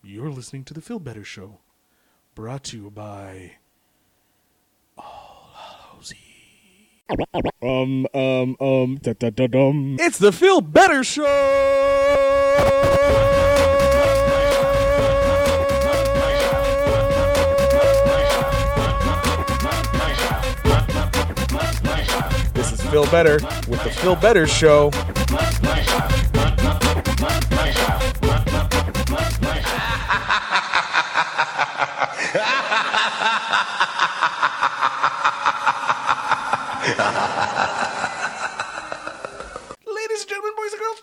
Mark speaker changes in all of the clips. Speaker 1: You're listening to the Feel Better Show, brought to you by
Speaker 2: Um, um, um, da da da dum.
Speaker 1: It's the Feel Better
Speaker 3: This is Feel Better with the Feel Better Show.
Speaker 1: Ladies and gentlemen, boys and girls,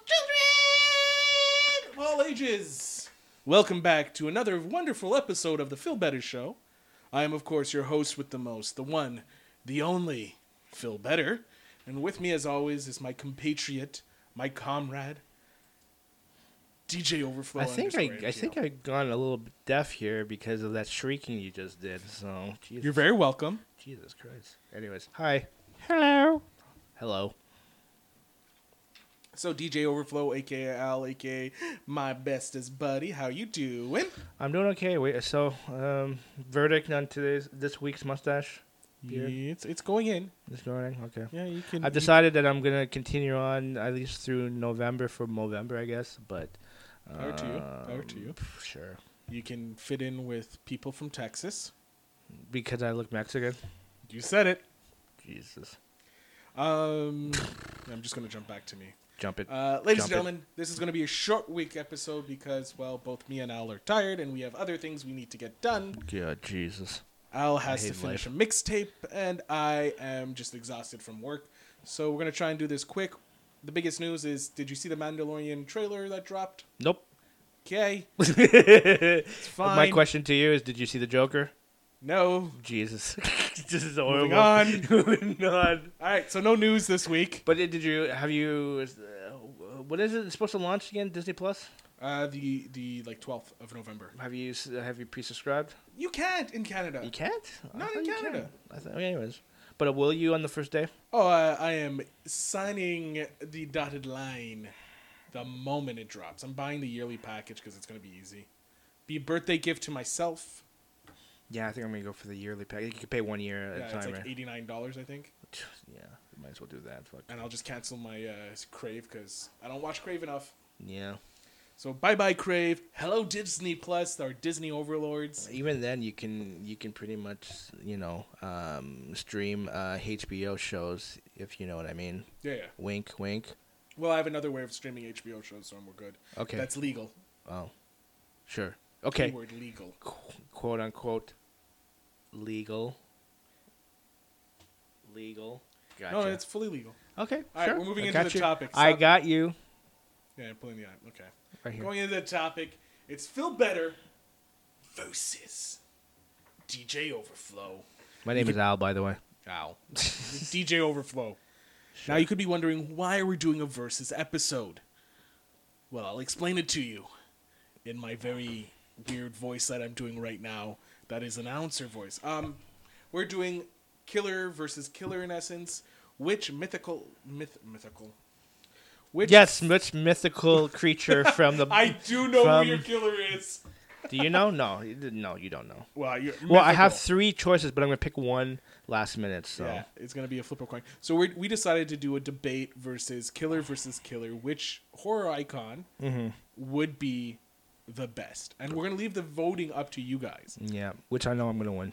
Speaker 1: children of all ages, welcome back to another wonderful episode of the Phil Better Show. I am, of course, your host with the most, the one, the only Phil Better. And with me, as always, is my compatriot, my comrade, DJ Overflow.
Speaker 4: I think
Speaker 1: underscore
Speaker 4: I,
Speaker 1: NGL.
Speaker 4: I think I've gone a little bit deaf here because of that shrieking you just did. So Jesus,
Speaker 1: You're very welcome.
Speaker 4: Jesus Christ. Anyways, hi. Hello. Hello.
Speaker 1: So DJ Overflow, aka Al, aka my bestest buddy, how you doing?
Speaker 4: I'm doing okay. Wait. So, um, verdict on today's this week's mustache. Beer.
Speaker 1: Yeah, It's it's going in.
Speaker 4: This morning. Okay.
Speaker 1: Yeah, you can.
Speaker 4: I've decided that I'm gonna continue on at least through November for Movember, I guess. But
Speaker 1: Power to you. Power to
Speaker 4: um,
Speaker 1: you.
Speaker 4: pff, Sure.
Speaker 1: You can fit in with people from Texas.
Speaker 4: Because I look Mexican.
Speaker 1: You said it.
Speaker 4: Jesus.
Speaker 1: Um, I'm just gonna jump back to me,
Speaker 4: Jump it.
Speaker 1: uh, ladies and
Speaker 4: Jump it.
Speaker 1: gentlemen. This is gonna be a short week episode because, well, both me and Al are tired, and we have other things we need to get done.
Speaker 4: yeah. Jesus.
Speaker 1: Al has
Speaker 4: hate
Speaker 1: to finish a mixtape, and I am just exhausted from work. So we're gonna try and do this quick. The biggest news is: Did you see the Mandalorian trailer that dropped?
Speaker 4: Nope.
Speaker 1: Okay,
Speaker 4: My
Speaker 1: fine.
Speaker 4: question to you is: Did you see the Joker?
Speaker 1: no.
Speaker 4: Jesus, this is
Speaker 1: Moving
Speaker 4: horrible.
Speaker 1: on.
Speaker 4: Moving on.
Speaker 1: All right, so no news this week.
Speaker 4: But did you have you? is, uh, what is it it's supposed to launch again? Disney Plus.
Speaker 1: Uh, the the like 12th of November.
Speaker 4: Have you s- have you pre-subscribed?
Speaker 1: You can't in Canada.
Speaker 4: You can't. I
Speaker 1: Not in
Speaker 4: thought you can.
Speaker 1: Canada.
Speaker 4: I thought, anyways. But uh, will you on the first day?
Speaker 1: Oh, uh, I am signing the dotted line the moment it drops. I'm buying the yearly package because it's going to be easy. Be a birthday gift to myself.
Speaker 4: Yeah, I think I'm gonna go for the yearly pack. You could pay one year at
Speaker 1: Yeah,
Speaker 4: a
Speaker 1: it's
Speaker 4: time.
Speaker 1: like
Speaker 4: right?
Speaker 1: $89, I think.
Speaker 4: Yeah, might as well do that. Fuck.
Speaker 1: And I'll just cancel my uh, Crave because I don't watch Crave enough.
Speaker 4: Yeah.
Speaker 1: So bye bye, Crave. Hello, Disney Plus, our Disney overlords.
Speaker 4: Even then, you can you can pretty much you know um, stream uh, HBO shows if you know what I mean.
Speaker 1: Yeah, yeah.
Speaker 4: Wink, wink.
Speaker 1: Well, I have another way of streaming HBO shows, so I'm we're good.
Speaker 4: Okay.
Speaker 1: That's legal.
Speaker 4: oh, sure. Okay.
Speaker 1: Keyword legal.
Speaker 4: Qu- quote unquote legal. Legal. Gotcha.
Speaker 1: No, it's fully legal.
Speaker 4: okay.
Speaker 1: All right,
Speaker 4: sure.
Speaker 1: we're moving
Speaker 4: I
Speaker 1: into
Speaker 4: got
Speaker 1: the
Speaker 4: you.
Speaker 1: topic.
Speaker 4: I
Speaker 1: Stop-
Speaker 4: got you.
Speaker 1: Yeah, I'm pulling the eye. Okay.
Speaker 4: Right here.
Speaker 1: Going into the topic, it's Phil Better versus DJ Overflow.
Speaker 4: My name is Al, by the way.
Speaker 1: Ow. DJ Overflow. Now you could be wondering why we're doing a versus episode. Well, I'll explain it to you in my very weird voice that I'm doing right now. That is an announcer voice. Um, we're doing killer versus killer in essence. Which mythical myth mythical? Which
Speaker 4: Yes, which mythical creature from the?
Speaker 1: I do know
Speaker 4: From-
Speaker 1: who your killer is.
Speaker 4: do you know? No, you didn't- no, you don't know.
Speaker 1: Well, you're
Speaker 4: Well, I have
Speaker 1: mythical.
Speaker 4: three choices, but I'm gonna pick one last minute. So
Speaker 1: Yeah, it's gonna be a flip of coin. So we we decided to do a debate versus killer versus killer, which horror icon
Speaker 4: Mm-hmm.
Speaker 1: would be the best, and we're gonna leave the voting up to you guys.
Speaker 4: yeah, which I know I'm gonna win.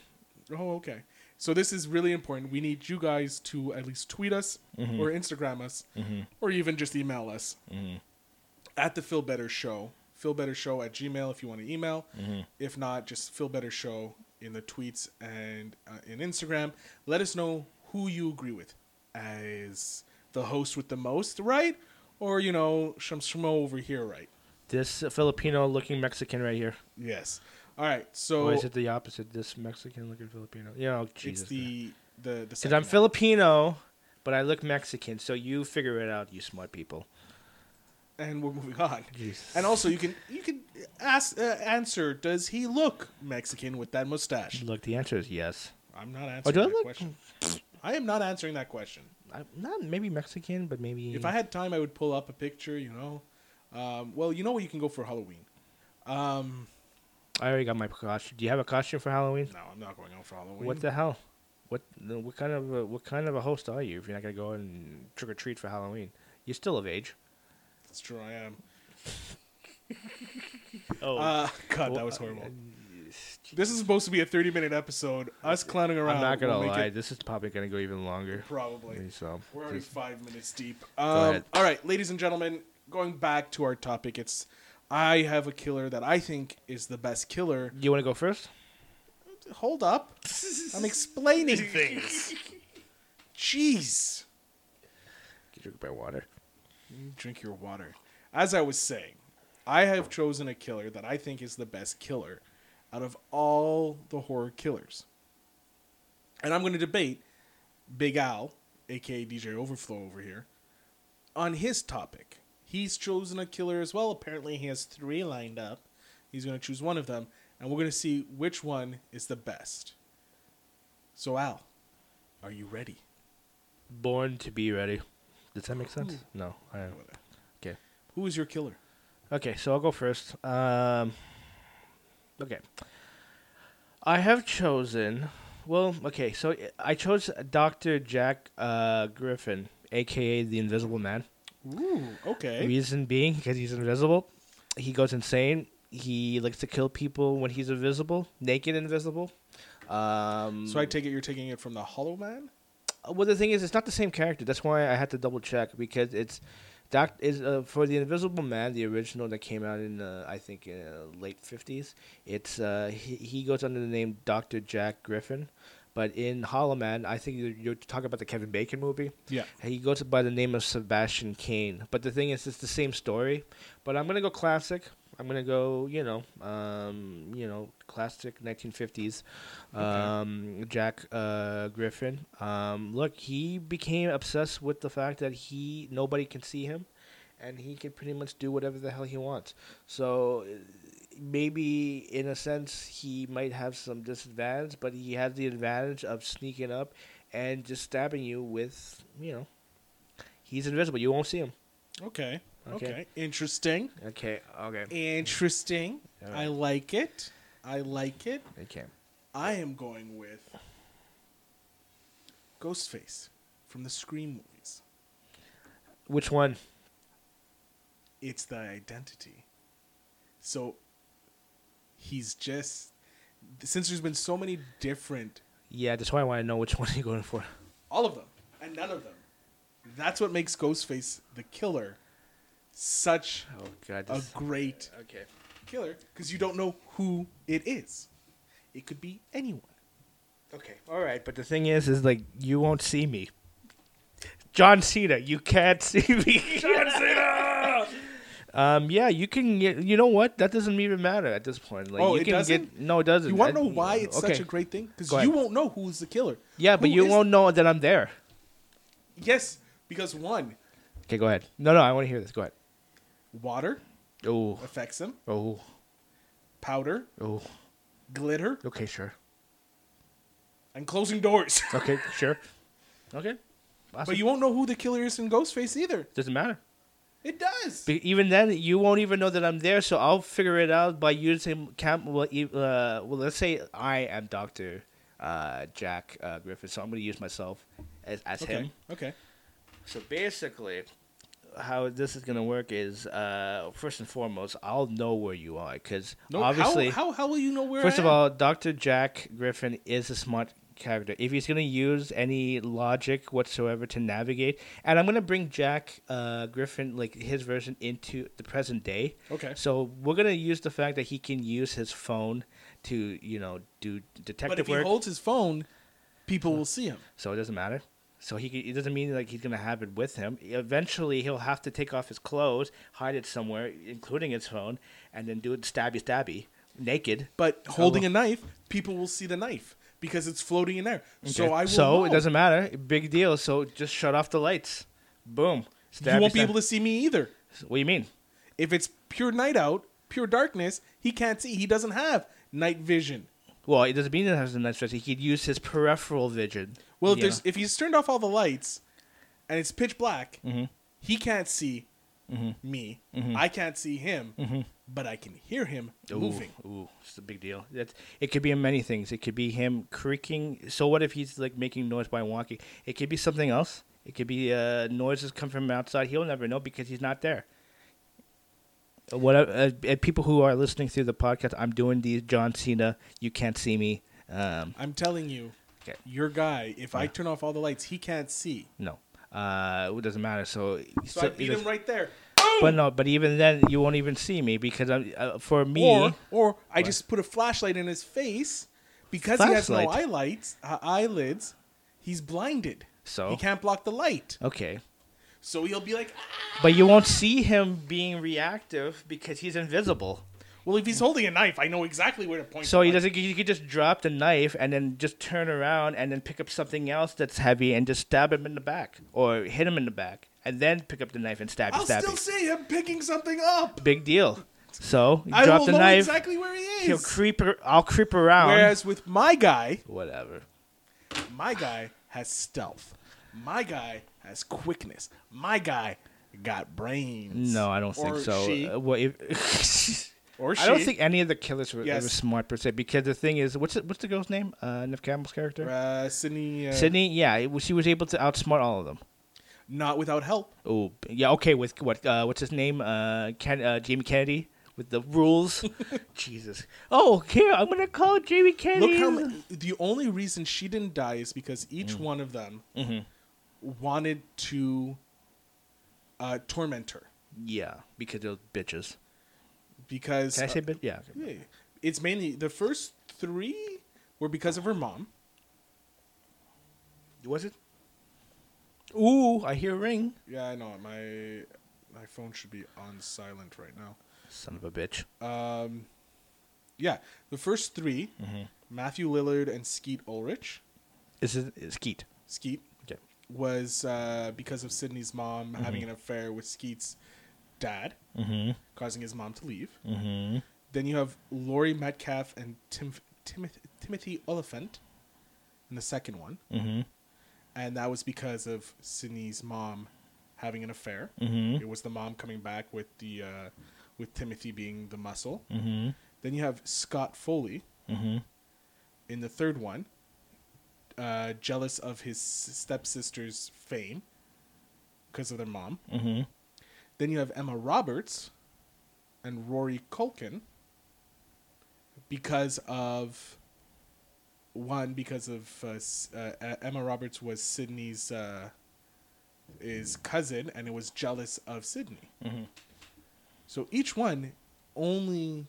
Speaker 1: Oh, okay. So this is really important. We need you guys to at least tweet us
Speaker 4: Mm-hmm.
Speaker 1: or Instagram us or even just email us at the Feel Better Show. Feel Better Show at Gmail if you want to email.
Speaker 4: Mm-hmm.
Speaker 1: If not, just Feel Better Show in the tweets and uh, in Instagram. Let us know who you agree with as the host with the most, right? Or, you know, Shum Shmo over here, right?
Speaker 4: This Filipino-looking Mexican right here.
Speaker 1: Yes. All right. So
Speaker 4: or is it the opposite? This Mexican-looking Filipino. Yeah, oh, Jesus.
Speaker 1: it's the, the, the
Speaker 4: Because
Speaker 1: second
Speaker 4: I'm
Speaker 1: one.
Speaker 4: Filipino, but I look Mexican, so you figure it out, you smart people.
Speaker 1: and we're moving on.
Speaker 4: Jesus.
Speaker 1: And also, you can you can ask uh, answer. Does he look Mexican with that mustache?
Speaker 4: Look, the answer is yes.
Speaker 1: I'm not answering
Speaker 4: Oh, do I
Speaker 1: that
Speaker 4: look-
Speaker 1: question. I am not answering that question.
Speaker 4: I'm not maybe Mexican, but maybe.
Speaker 1: If I had time, I would pull up a picture. You know, um, well, you know what? You can go for Halloween. Um,
Speaker 4: I already got my costume. Do you have a costume for Halloween?
Speaker 1: No, I'm not going out for Halloween.
Speaker 4: What the hell? What no, what kind of a, what kind of a host are you if you're not gonna go out and trick or treat for Halloween? You're still of age.
Speaker 1: That's true. I am.
Speaker 4: Oh,
Speaker 1: Uh, God, that was horrible. This is supposed to be a 30 minute episode. Us clowning around.
Speaker 4: I'm not gonna
Speaker 1: will make
Speaker 4: lie.
Speaker 1: it-
Speaker 4: This is probably gonna go even longer.
Speaker 1: probably.
Speaker 4: So
Speaker 1: We're already
Speaker 4: just-
Speaker 1: five minutes deep. Um,
Speaker 4: ahead.
Speaker 1: All right, ladies and gentlemen, going back to our topic, it's I have a killer that I think is the best killer.
Speaker 4: you want to go first?
Speaker 1: Hold up. I'm explaining things. Jeez.
Speaker 4: Get drink by water.
Speaker 1: Drink your water. As I was saying, I have chosen a killer that I think is the best killer out of all the horror killers. And I'm going to debate Big Al, aka DJ Overflow over here, on his topic. He's chosen a killer as well. Apparently, he has three lined up. He's going to choose one of them, and we're going to see which one is the best. So, Al, are you ready?
Speaker 4: Born to be ready. Does that make sense? No. I don't. Okay.
Speaker 1: Who is your killer?
Speaker 4: Okay, so I'll go first. Um, okay. I have chosen. Well, okay, so I chose Dr. Jack uh, Griffin, aka the Invisible Man.
Speaker 1: Ooh, okay.
Speaker 4: Reason being, because he's invisible, he goes insane. He likes to kill people when he's invisible, naked, invisible. Um,
Speaker 1: So I take it you're taking it from the Hollow Man.
Speaker 4: well, the thing is, it's not the same character. That's why I had to double check because it's Doc is uh, for the Invisible Man, the original that came out in uh, I think uh, late fifties. It's uh, he, he goes under the name Doctor Jack Griffin, but in Hollow Man, I think you're, you're talking about the Kevin Bacon movie.
Speaker 1: Yeah.
Speaker 4: He goes by the name of Sebastian Kane. But the thing is, it's the same story. But I'm gonna go classic. I'm gonna go, you know, um, you know, classic 1950s. Um, Jack uh, Griffin. Um, look, he became obsessed with the fact that he nobody can see him, and he can pretty much do whatever the hell he wants. So maybe in a sense he might have some disadvantage, but he has the advantage of sneaking up and just stabbing you with, you know, he's invisible. You won't see him.
Speaker 1: Okay. Okay.
Speaker 4: Okay.
Speaker 1: Interesting.
Speaker 4: Okay. Okay.
Speaker 1: Interesting.
Speaker 4: All right.
Speaker 1: I like it. I like it.
Speaker 4: Okay.
Speaker 1: I am going with Ghostface from the Scream movies.
Speaker 4: Which one?
Speaker 1: It's the identity. So he's just since there's been so many different
Speaker 4: Yeah, that's why I want to know which one you're going for.
Speaker 1: all of them and none of them. That's what makes Ghostface the killer such
Speaker 4: Oh God.
Speaker 1: a
Speaker 4: This...
Speaker 1: great
Speaker 4: Okay.
Speaker 1: killer because you don't know who it is. It could be anyone.
Speaker 4: Okay. All right. But the thing is, is like you won't see me. John Cena, you can't see me. John Cena. Um, yeah, you can get. You know what? That doesn't even matter at this point. Like,
Speaker 1: Oh,
Speaker 4: you
Speaker 1: it
Speaker 4: can
Speaker 1: doesn't?
Speaker 4: Get, no, it doesn't.
Speaker 1: You want
Speaker 4: I-
Speaker 1: to know why it's
Speaker 4: okay.
Speaker 1: such a great thing? Because
Speaker 4: Go
Speaker 1: you
Speaker 4: ahead.
Speaker 1: won't know who's the killer.
Speaker 4: Yeah, but
Speaker 1: Who
Speaker 4: you
Speaker 1: is-
Speaker 4: won't know that I'm there.
Speaker 1: Yes, because one,
Speaker 4: Okay, go ahead. No, no, I want to hear this. Go ahead.
Speaker 1: water
Speaker 4: Oh,
Speaker 1: affects him.
Speaker 4: oh,
Speaker 1: Powder,
Speaker 4: oh.
Speaker 1: glitter,
Speaker 4: Okay, sure.
Speaker 1: and closing doors.
Speaker 4: Okay, sure. Okay.
Speaker 1: but you won't know who the killer is in Ghostface either.
Speaker 4: doesn't matter.
Speaker 1: It does.
Speaker 4: Be- even then, you won't even know that I'm there, so I'll figure it out by using camp. Well, e- uh, well let's say I am Doctor uh, Jack uh, Griffith, so I'm going to use myself as, as
Speaker 1: okay.
Speaker 4: him.
Speaker 1: Okay.
Speaker 4: So basically, how this is going to work is uh, first and foremost, I'll know where you are because
Speaker 1: No.
Speaker 4: obviously,
Speaker 1: how, how how will you know where?
Speaker 4: First
Speaker 1: I
Speaker 4: of
Speaker 1: am?
Speaker 4: all, Dr. Jack Griffin is a smart character. If he's going to use any logic whatsoever to navigate, and I'm going to bring Jack uh, Griffin, like his version, into the present day.
Speaker 1: Okay.
Speaker 4: So we're going to use the fact that he can use his phone to, you know, do
Speaker 1: but
Speaker 4: detective
Speaker 1: if he
Speaker 4: work.
Speaker 1: holds his phone, people will see him.
Speaker 4: so it doesn't matter. So he c- it doesn't mean like he's gonna have it with him. Eventually, he'll have to take off his clothes, hide it somewhere, including his phone, and then do it stabby stabby, naked.
Speaker 1: But holding a knife, people will see the knife because it's floating in there. So I will
Speaker 4: so it
Speaker 1: know.
Speaker 4: doesn't matter. Big deal. So just shut off the lights. Boom.
Speaker 1: you won't be able to see me either.
Speaker 4: What do you mean?
Speaker 1: If it's pure night out, pure darkness, he can't see. He doesn't have night vision.
Speaker 4: Well, it doesn't mean that has a night vision. He could use his peripheral vision.
Speaker 1: Well, if
Speaker 4: you
Speaker 1: there's
Speaker 4: know.
Speaker 1: if he's turned off all the lights and it's pitch black, he can't see. me. I can't see him, but I can hear him
Speaker 4: Ooh,
Speaker 1: moving.
Speaker 4: Ooh, it's a big deal. That's, it could be many things. It could be him creaking. So what if he's like making noise by walking? It could be something else. It could be uh, noises come from outside. He'll never know because he's not there. Uh, What uh, uh, people who are listening through the podcast, I'm doing these John Cena. You can't see me. Um,
Speaker 1: I'm telling you,
Speaker 4: Okay.
Speaker 1: your guy. If I turn off all the lights, he can't see.
Speaker 4: no, uh, it doesn't matter. So,
Speaker 1: So, I
Speaker 4: so-
Speaker 1: beat him right there.
Speaker 4: but no, but even then, you won't even see me because I'm uh, for me.
Speaker 1: Or, or I just put a flashlight in his face because he has no
Speaker 4: Flashlight?
Speaker 1: eyelights, uh, eyelids. He's blinded,
Speaker 4: So?
Speaker 1: he can't block the light.
Speaker 4: okay,
Speaker 1: So he'll be like, "Ah."
Speaker 4: But you won't see him being reactive because he's invisible.
Speaker 1: "Well, if he's holding a knife, I know exactly where to point."
Speaker 4: So
Speaker 1: the
Speaker 4: he
Speaker 1: knife.
Speaker 4: doesn't. He could just drop the knife and then just turn around and then pick up something else that's heavy and just stab him in the back or hit him in the back and then pick up the knife and stab.
Speaker 1: I'll
Speaker 4: stab
Speaker 1: still
Speaker 4: him.
Speaker 1: see him picking something up.
Speaker 4: Big deal. So you
Speaker 1: I
Speaker 4: drop
Speaker 1: will
Speaker 4: the
Speaker 1: know
Speaker 4: knife.
Speaker 1: exactly where he is.
Speaker 4: He'll creep. ar- I'll creep around.
Speaker 1: Whereas with my guy,
Speaker 4: Whatever.
Speaker 1: my guy has stealth. My guy has quickness. My guy got brains.
Speaker 4: No, I don't think
Speaker 1: Or
Speaker 4: so.
Speaker 1: she.
Speaker 4: Uh, what if-
Speaker 1: Or she.
Speaker 4: I don't think any of the killers were,
Speaker 1: Yes.
Speaker 4: were smart per se because the thing is, what's the, what's the girl's name? Uh, Nev Campbell's character.
Speaker 1: uh, Sydney. Uh,
Speaker 4: Sydney, yeah, it was- she was able to outsmart all of them.
Speaker 1: Not without help.
Speaker 4: Oh, yeah, okay. With what? Uh, what's his name? Uh, Ken, uh, Jamie Kennedy with the rules. Jesus. Oh, here I'm gonna call Jamie Kennedy.
Speaker 1: Look how ma- the only reason she didn't die is because each one of them wanted to uh, torment her
Speaker 4: yeah, because those bitches.
Speaker 1: because
Speaker 4: Can I say
Speaker 1: uh,
Speaker 4: bitch? Yeah.
Speaker 1: yeah, it's mainly the first three were because of her mom.
Speaker 4: Was it? Ooh, I hear a ring.
Speaker 1: Yeah, I know my my phone should be on silent right now.
Speaker 4: Son of a bitch.
Speaker 1: Um, yeah, the first 3 Matthew Lillard and Skeet Ulrich.
Speaker 4: This is it's Skeet.
Speaker 1: Skeet
Speaker 4: Okay.
Speaker 1: was uh, because of Sydney's mom having an affair with Skeet's dad, Mm-hmm, causing his mom to leave. mm-hmm. Then you have Laurie Metcalf and Tim, Timoth- Timothy Oliphant in the second one. And that was because of Sydney's mom having an affair. It was the mom coming back with the uh, with Timothy being the muscle. Then you have Scott Foley in the third one, uh, jealous of his stepsister's fame because of their mom. Then you have Emma Roberts and Rory Culkin because of one because of uh, S- uh, E- Emma Roberts was Sydney's uh, his cousin and it was jealous of Sydney. So each one only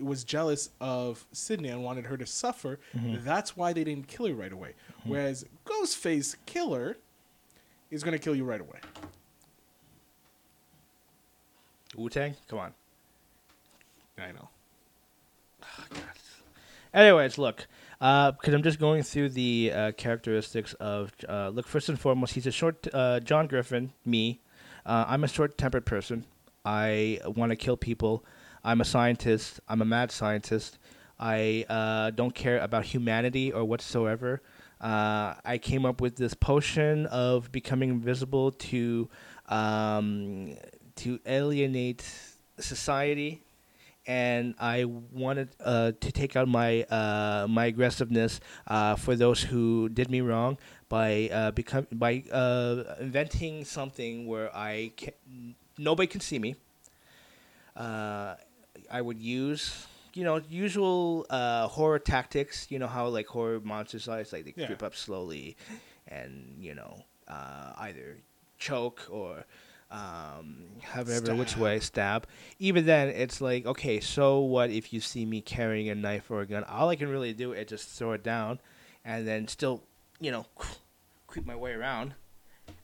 Speaker 1: was jealous of Sydney and wanted her to suffer. That's why they didn't kill her right away. Whereas Ghostface Killer is going to kill you right away.
Speaker 4: Wu Tang. Come on.
Speaker 1: I know.
Speaker 4: Anyways, look, because I'm just going through the uh, characteristics of. Uh, look, first and foremost, he's a short. Uh, John Griffin, me. Uh, I'm a short-tempered person. I want to kill people. I'm a scientist. I'm a mad scientist. I uh, don't care about humanity or whatsoever. Uh, I came up with this potion of becoming invisible to um, to alienate society and I wanted uh, to take out my uh, my aggressiveness uh, for those who did me wrong by uh, become by uh, inventing something where I can, nobody can see me. Uh, I would use you know usual uh, horror tactics. You know how like horror monsters are, it's like they
Speaker 1: Yeah.
Speaker 4: creep up slowly, and you know uh, either choke or. Um, however, which
Speaker 1: Stab.
Speaker 4: way stab. Even then, it's like, okay, so what if you see me carrying a knife or a gun? All I can really do is just throw it down and then still, you know, creep my way around.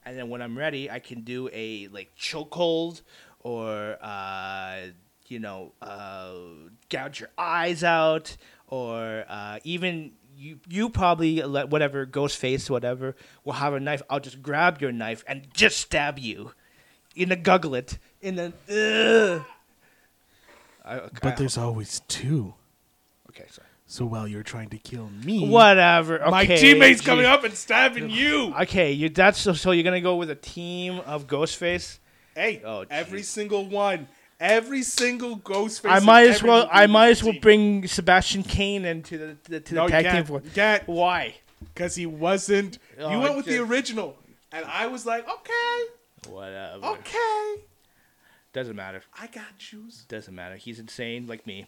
Speaker 4: And then when I'm ready, I can do a like chokehold or, uh, you know, uh, gouge your eyes out or uh, even. You, you probably let whatever ghost face whatever will have a knife. I'll just grab your knife and just stab you in the guglet in the. Ugh. I, I-
Speaker 1: always two.
Speaker 4: okay, sorry.
Speaker 1: So while you're trying to kill me,
Speaker 4: Whatever. Okay,
Speaker 1: my teammates coming
Speaker 4: geez.
Speaker 1: up and stabbing you.
Speaker 4: Okay, you that's so, so you're gonna go with a team of Ghostface.
Speaker 1: Hey,
Speaker 4: Oh,
Speaker 1: every
Speaker 4: jeez.
Speaker 1: single one, every single Ghostface.
Speaker 4: I
Speaker 1: in
Speaker 4: might as
Speaker 1: every
Speaker 4: well.
Speaker 1: movie
Speaker 4: I might as
Speaker 1: is
Speaker 4: well
Speaker 1: G.
Speaker 4: bring Sebastian Kane into the, the to the
Speaker 1: No, you
Speaker 4: tag team.
Speaker 1: can't.
Speaker 4: for-
Speaker 1: You can't
Speaker 4: Why?
Speaker 1: because he wasn't. you
Speaker 4: Oh,
Speaker 1: went with the
Speaker 4: just-
Speaker 1: original, and I was like, okay,
Speaker 4: Whatever.
Speaker 1: okay,
Speaker 4: Doesn't matter.
Speaker 1: I got Jews.
Speaker 4: Doesn't matter. He's insane, like me.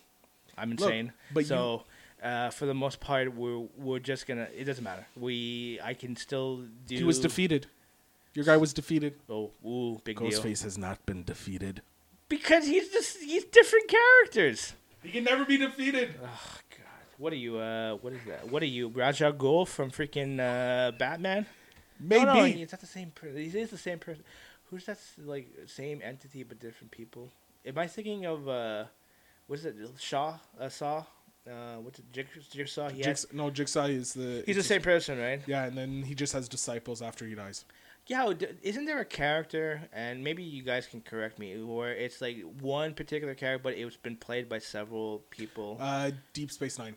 Speaker 4: I'm
Speaker 1: Look,
Speaker 4: insane.
Speaker 1: but
Speaker 4: so, uh, for the most part, we're we're just gonna. It doesn't matter. We I can still do.
Speaker 1: He was defeated. Your guy was defeated.
Speaker 4: Oh, ooh, big deal.
Speaker 1: Ghostface has not been defeated.
Speaker 4: Because he's just he's different characters.
Speaker 1: He can never be defeated.
Speaker 4: Oh God, what are you? Uh, what is that? What are you, Raja Ghul from freaking uh, Batman?
Speaker 1: Maybe.
Speaker 4: No, no, he's not the same person. He is the same person. Who's that? s- Like same entity but different people. Am I thinking of uh, what is it? Shaw? Uh, Saw? Uh, what's it? Jig- Jigsaw? He has,
Speaker 1: Jigsaw, no, Jigsaw is the.
Speaker 4: he's the same person, right?
Speaker 1: Yeah, and then he just has disciples after he dies.
Speaker 4: Yeah. d- Isn't there a character? And maybe you guys can correct me. Where it's like one particular character, but it's been played by several people.
Speaker 1: Uh, Deep Space Nine.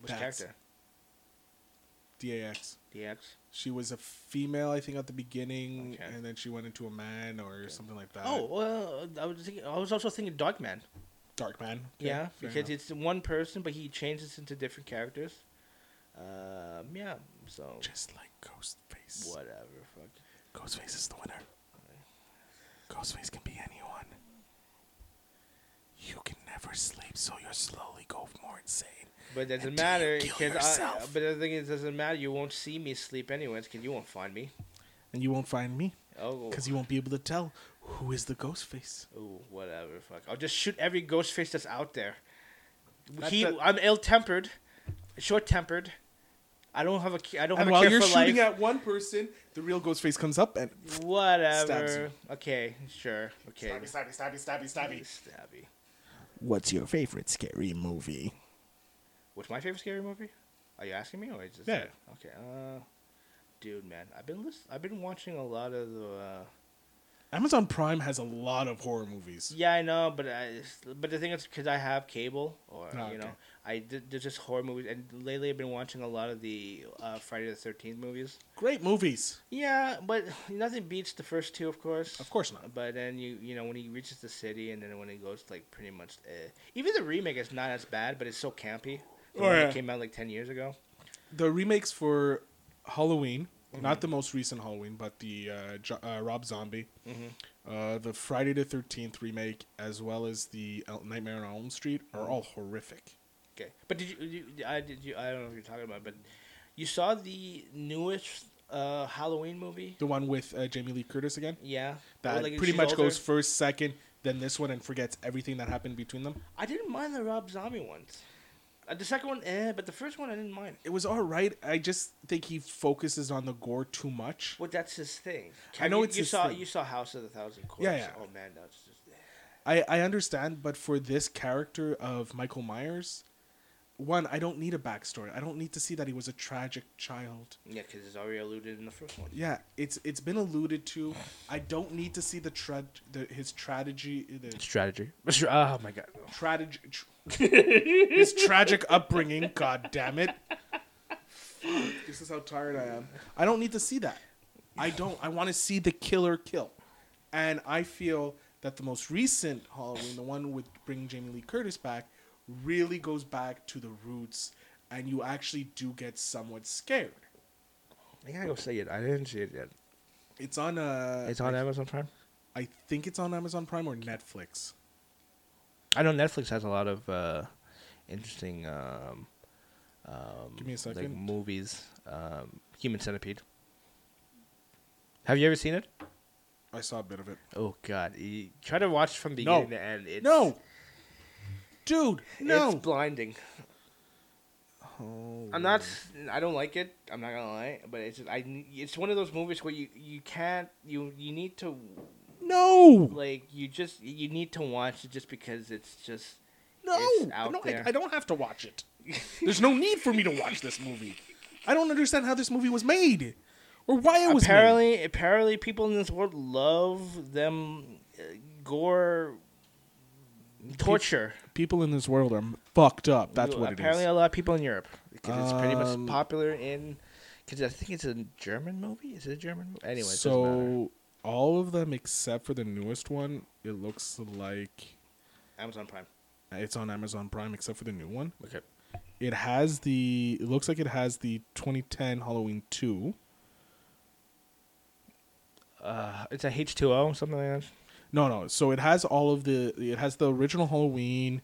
Speaker 4: Which
Speaker 1: that's-
Speaker 4: character?
Speaker 1: DAX.
Speaker 4: DX.
Speaker 1: She was a female, I think, at the beginning,
Speaker 4: Okay.
Speaker 1: and then she went into a man or something like that.
Speaker 4: Oh well, I was thinking, I was also thinking Dogman.
Speaker 1: Dark Man.
Speaker 4: yeah, because it's one person, but he changes into different characters. Um, yeah, so
Speaker 1: just like Ghostface.
Speaker 4: whatever. Fuck.
Speaker 1: Ghostface is the winner. Ghostface can be anyone. You can never sleep, so you slowly go more insane.
Speaker 4: But it
Speaker 1: Until
Speaker 4: doesn't
Speaker 1: you
Speaker 4: matter
Speaker 1: kill
Speaker 4: because I.
Speaker 1: yourself.
Speaker 4: But the thing is, it doesn't matter. You won't see me sleep anyways because you won't find me.
Speaker 1: And you won't find me
Speaker 4: Oh,
Speaker 1: because you won't be able to tell who is the Ghostface.
Speaker 4: ooh, whatever. Fuck. I'll just shoot every ghost face that's out there.
Speaker 1: That's
Speaker 4: he, i
Speaker 1: it.
Speaker 4: I'm ill-tempered, short-tempered. I don't have a. ca- I don't
Speaker 1: And
Speaker 4: have a
Speaker 1: while
Speaker 4: care
Speaker 1: you're
Speaker 4: for
Speaker 1: shooting
Speaker 4: life.
Speaker 1: at one person, the real Ghostface comes up and
Speaker 4: Whatever. Okay, sure. Okay.
Speaker 1: stabby, stabby, stabby, stabby.
Speaker 4: Stabby.
Speaker 2: What's your favorite scary movie?
Speaker 4: What's my favorite scary movie? Are you asking me or is this
Speaker 1: Yeah.
Speaker 4: Okay. Uh, dude, man, I've been list- I've been watching a lot of the. Uh,
Speaker 1: Amazon Prime has a lot of horror movies.
Speaker 4: yeah, I know, but I, but the thing is, because I have cable, or
Speaker 1: Ah,
Speaker 4: you know,
Speaker 1: okay.
Speaker 4: I did, there's just horror movies, and lately I've been watching a lot of the uh, Friday the Thirteenth movies.
Speaker 1: Great movies.
Speaker 4: Yeah, but nothing beats the first two, of course.
Speaker 1: Of course not.
Speaker 4: But then you you know when he reaches the city, and then when he goes like pretty much, eh. even the remake is not as bad, but it's so campy. The
Speaker 1: Oh,
Speaker 4: one
Speaker 1: yeah.
Speaker 4: that came out like ten years ago.
Speaker 1: The remakes for Halloween, not the most recent Halloween, but the uh, Jo- uh, Rob Zombie, uh, the Friday the Thirteenth remake, as well as the El- Nightmare on Elm Street, are all horrific.
Speaker 4: Okay, but did you, you- I did you? I don't know what you're talking about, but you saw the newest uh, Halloween movie?
Speaker 1: The one with uh, Jamie Lee Curtis again,
Speaker 4: Yeah,
Speaker 1: that
Speaker 4: Where, like,
Speaker 1: pretty
Speaker 4: she's
Speaker 1: much
Speaker 4: older?
Speaker 1: goes first, second, then this one, and forgets everything that happened between them.
Speaker 4: I didn't mind the Rob Zombie ones. Uh, the second one, eh, but the first one I didn't mind.
Speaker 1: It was all right. I just think he focuses on the gore too much.
Speaker 4: Well, that's his thing.
Speaker 1: I know
Speaker 4: you,
Speaker 1: it's
Speaker 4: you
Speaker 1: his
Speaker 4: saw
Speaker 1: thing.
Speaker 4: you saw House of the Thousand Corpses.
Speaker 1: Yeah, yeah.
Speaker 4: Oh man, that's just eh.
Speaker 1: I, I understand, but for this character of Michael Myers, one, I don't need a backstory. I don't need to see that he was a tragic child.
Speaker 4: yeah, because it's already alluded in the first one.
Speaker 1: Yeah, it's it's been alluded to. I don't need to see the, tra- the his tragedy, the
Speaker 4: Strategy. Oh my god.
Speaker 1: tragedy, tr- his tragic upbringing. God damn it! Fuck, this is how tired I am. I don't need to see that. I don't. I want to see the killer kill, and I feel that the most recent Halloween, the one with bringing Jamie Lee Curtis back, really goes back to the roots, and you actually do get somewhat scared.
Speaker 4: I gotta go see it. I didn't see it yet.
Speaker 1: It's on uh
Speaker 4: It's on Amazon Prime.
Speaker 1: I think it's on Amazon Prime or Netflix.
Speaker 4: I know Netflix has a lot of uh, interesting um, um,
Speaker 1: Give me a
Speaker 4: like
Speaker 1: second.
Speaker 4: movies. Um, Human Centipede. Have you ever seen it?
Speaker 1: I saw a bit of it.
Speaker 4: Oh God! You try to watch from
Speaker 1: No.
Speaker 4: beginning to end. It's,
Speaker 1: No, dude, no.
Speaker 4: it's blinding.
Speaker 1: oh,
Speaker 4: I'm not. I don't like it. I'm not gonna lie, but it's I. It's one of those movies where you you can't you you need to
Speaker 1: no,
Speaker 4: like you just you need to watch it just because it's just
Speaker 1: no.
Speaker 4: it's
Speaker 1: I
Speaker 4: out
Speaker 1: don't, I,
Speaker 4: there.
Speaker 1: I don't have to watch it. There's no need for me to watch this movie. I don't understand how this movie was made or why it was made.
Speaker 4: apparently apparently people in this world love them uh, gore torture.
Speaker 1: People in this world are fucked up. That's
Speaker 4: You-
Speaker 1: what it
Speaker 4: apparently
Speaker 1: is.
Speaker 4: a lot of people in Europe because it's pretty
Speaker 1: Um,
Speaker 4: much popular in because I think it's a German movie. Is it a German movie? Anyway, it doesn't matter.
Speaker 1: so all of them except for the newest one. It looks like
Speaker 4: Amazon Prime.
Speaker 1: it's on Amazon Prime except for the new one.
Speaker 4: Okay.
Speaker 1: It has the. It looks like it has the 2010 Halloween two.
Speaker 4: Uh, it's a H two O something like that.
Speaker 1: No, no. So it has all of the. It has the original Halloween,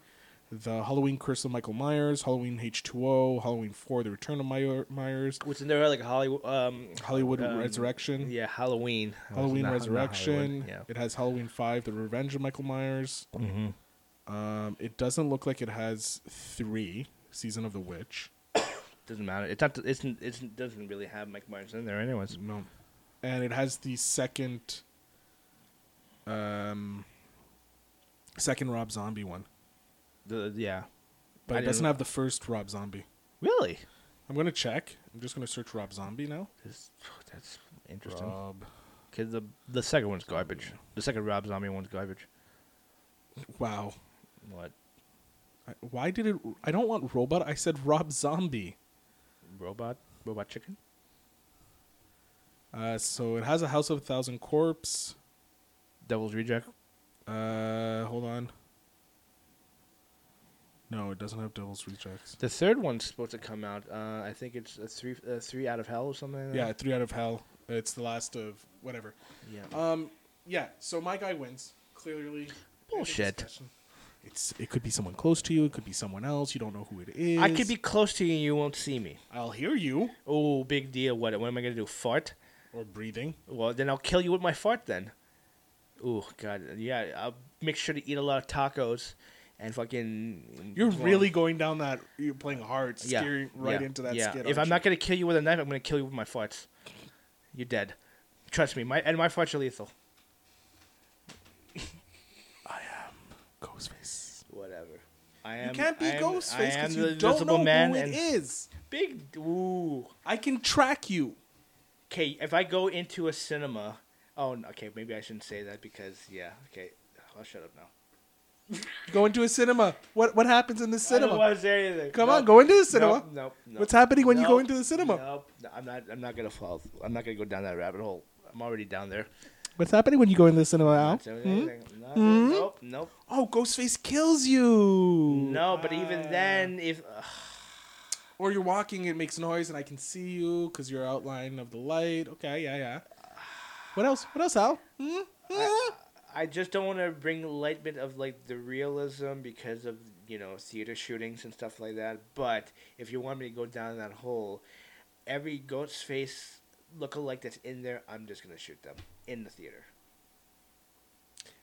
Speaker 1: the Halloween Curse of Michael Myers, Halloween H2O, Halloween Four: The Return of Myer- Myers,
Speaker 4: Which is there like a Hollywood. Um,
Speaker 1: Hollywood
Speaker 4: um,
Speaker 1: Resurrection,
Speaker 4: Yeah, Halloween.
Speaker 1: Halloween
Speaker 4: Not- not
Speaker 1: Resurrection.
Speaker 4: Hollywood, Yeah. Mm-hmm.
Speaker 1: It has Halloween Five: The Revenge of Michael Myers. Um, it doesn't look like it has three Season of the Witch.
Speaker 4: Doesn't matter. It's not. It's. It's doesn't really have Mike Myers in there, anyways.
Speaker 1: No, and it has the second. Um. Second Rob Zombie one,
Speaker 4: The, yeah.
Speaker 1: but
Speaker 4: I
Speaker 1: it doesn't
Speaker 4: didn't-
Speaker 1: have the first Rob Zombie.
Speaker 4: Really.
Speaker 1: I'm gonna check. I'm just gonna search Rob Zombie now.
Speaker 4: This- that's interesting.
Speaker 1: Rob.
Speaker 4: Cause the the second one's garbage. The second Rob Zombie one's garbage.
Speaker 1: Wow.
Speaker 4: What?
Speaker 1: I- Why did it? I don't want robot. I said Rob Zombie.
Speaker 4: Robot? Robot chicken?
Speaker 1: Uh, so it has a House of a Thousand Corpse.
Speaker 4: Devil's Reject?
Speaker 1: Uh, hold on. No, it doesn't have Devil's Rejects.
Speaker 4: The third one's supposed to come out. Uh, I think it's a three uh, three out of hell or something. Like
Speaker 1: Yeah,
Speaker 4: That.
Speaker 1: Three Out of Hell. It's the last of whatever.
Speaker 4: Yeah.
Speaker 1: Um, yeah. So my guy wins clearly.
Speaker 4: Bullshit.
Speaker 1: Discussion. It's it could be someone close to you. It could be someone else. You don't know who it is.
Speaker 4: I could be close to you and you won't see me.
Speaker 1: I'll hear you
Speaker 4: Oh, big deal. What? What am I gonna do? Fart?
Speaker 1: or breathing.
Speaker 4: Well, then I'll kill you with my fart then. Oh God. Yeah. I'll make sure to eat a lot of tacos, and fucking.
Speaker 1: You're
Speaker 4: well,
Speaker 1: really going down that. You're playing hard, steering right
Speaker 4: yeah,
Speaker 1: into that
Speaker 4: yeah.
Speaker 1: skid. aren't
Speaker 4: If I'm
Speaker 1: you?
Speaker 4: not gonna kill you with a knife, I'm gonna kill you with my farts. You're dead. Trust me. My and my farts are lethal.
Speaker 1: Ghostface.
Speaker 4: Whatever. I
Speaker 1: You
Speaker 4: am.
Speaker 1: can't be
Speaker 4: I am- I
Speaker 1: Ghostface
Speaker 4: am
Speaker 1: because
Speaker 4: the
Speaker 1: you don't
Speaker 4: Invisible
Speaker 1: know
Speaker 4: man
Speaker 1: who it
Speaker 4: and
Speaker 1: is.
Speaker 4: Big. Ooh.
Speaker 1: I can track you.
Speaker 4: Okay, if I go into a cinema. Oh, no, okay. Maybe I shouldn't say that because yeah. Okay, I'll shut up now.
Speaker 1: Go into a cinema. What what happens in the
Speaker 4: I don't
Speaker 1: cinema?
Speaker 4: want to say anything.
Speaker 1: Come
Speaker 4: Nope.
Speaker 1: on, go into the cinema.
Speaker 4: Nope, nope, nope.
Speaker 1: What's happening when you go
Speaker 4: Nope,
Speaker 1: into the cinema?
Speaker 4: Nope. No, I'm not. I'm not gonna fall. I'm not gonna go down that rabbit hole. I'm already down there.
Speaker 1: What's happening when you go into the cinema? Al? Hmm?
Speaker 4: Not saying anything. No, Nope. Nope.
Speaker 1: Oh, Ghostface kills you.
Speaker 4: No. But even then, if
Speaker 1: Or you're walking, it makes noise, and I can see you because your outline of the light. Okay, yeah, yeah. What else? What else, Al? Hmm?
Speaker 4: I just don't want to bring the light bit of like the realism because of you know theater shootings and stuff like that. But if you want me to go down that hole, every ghost face lookalike that's in there, I'm just gonna shoot them in the theater.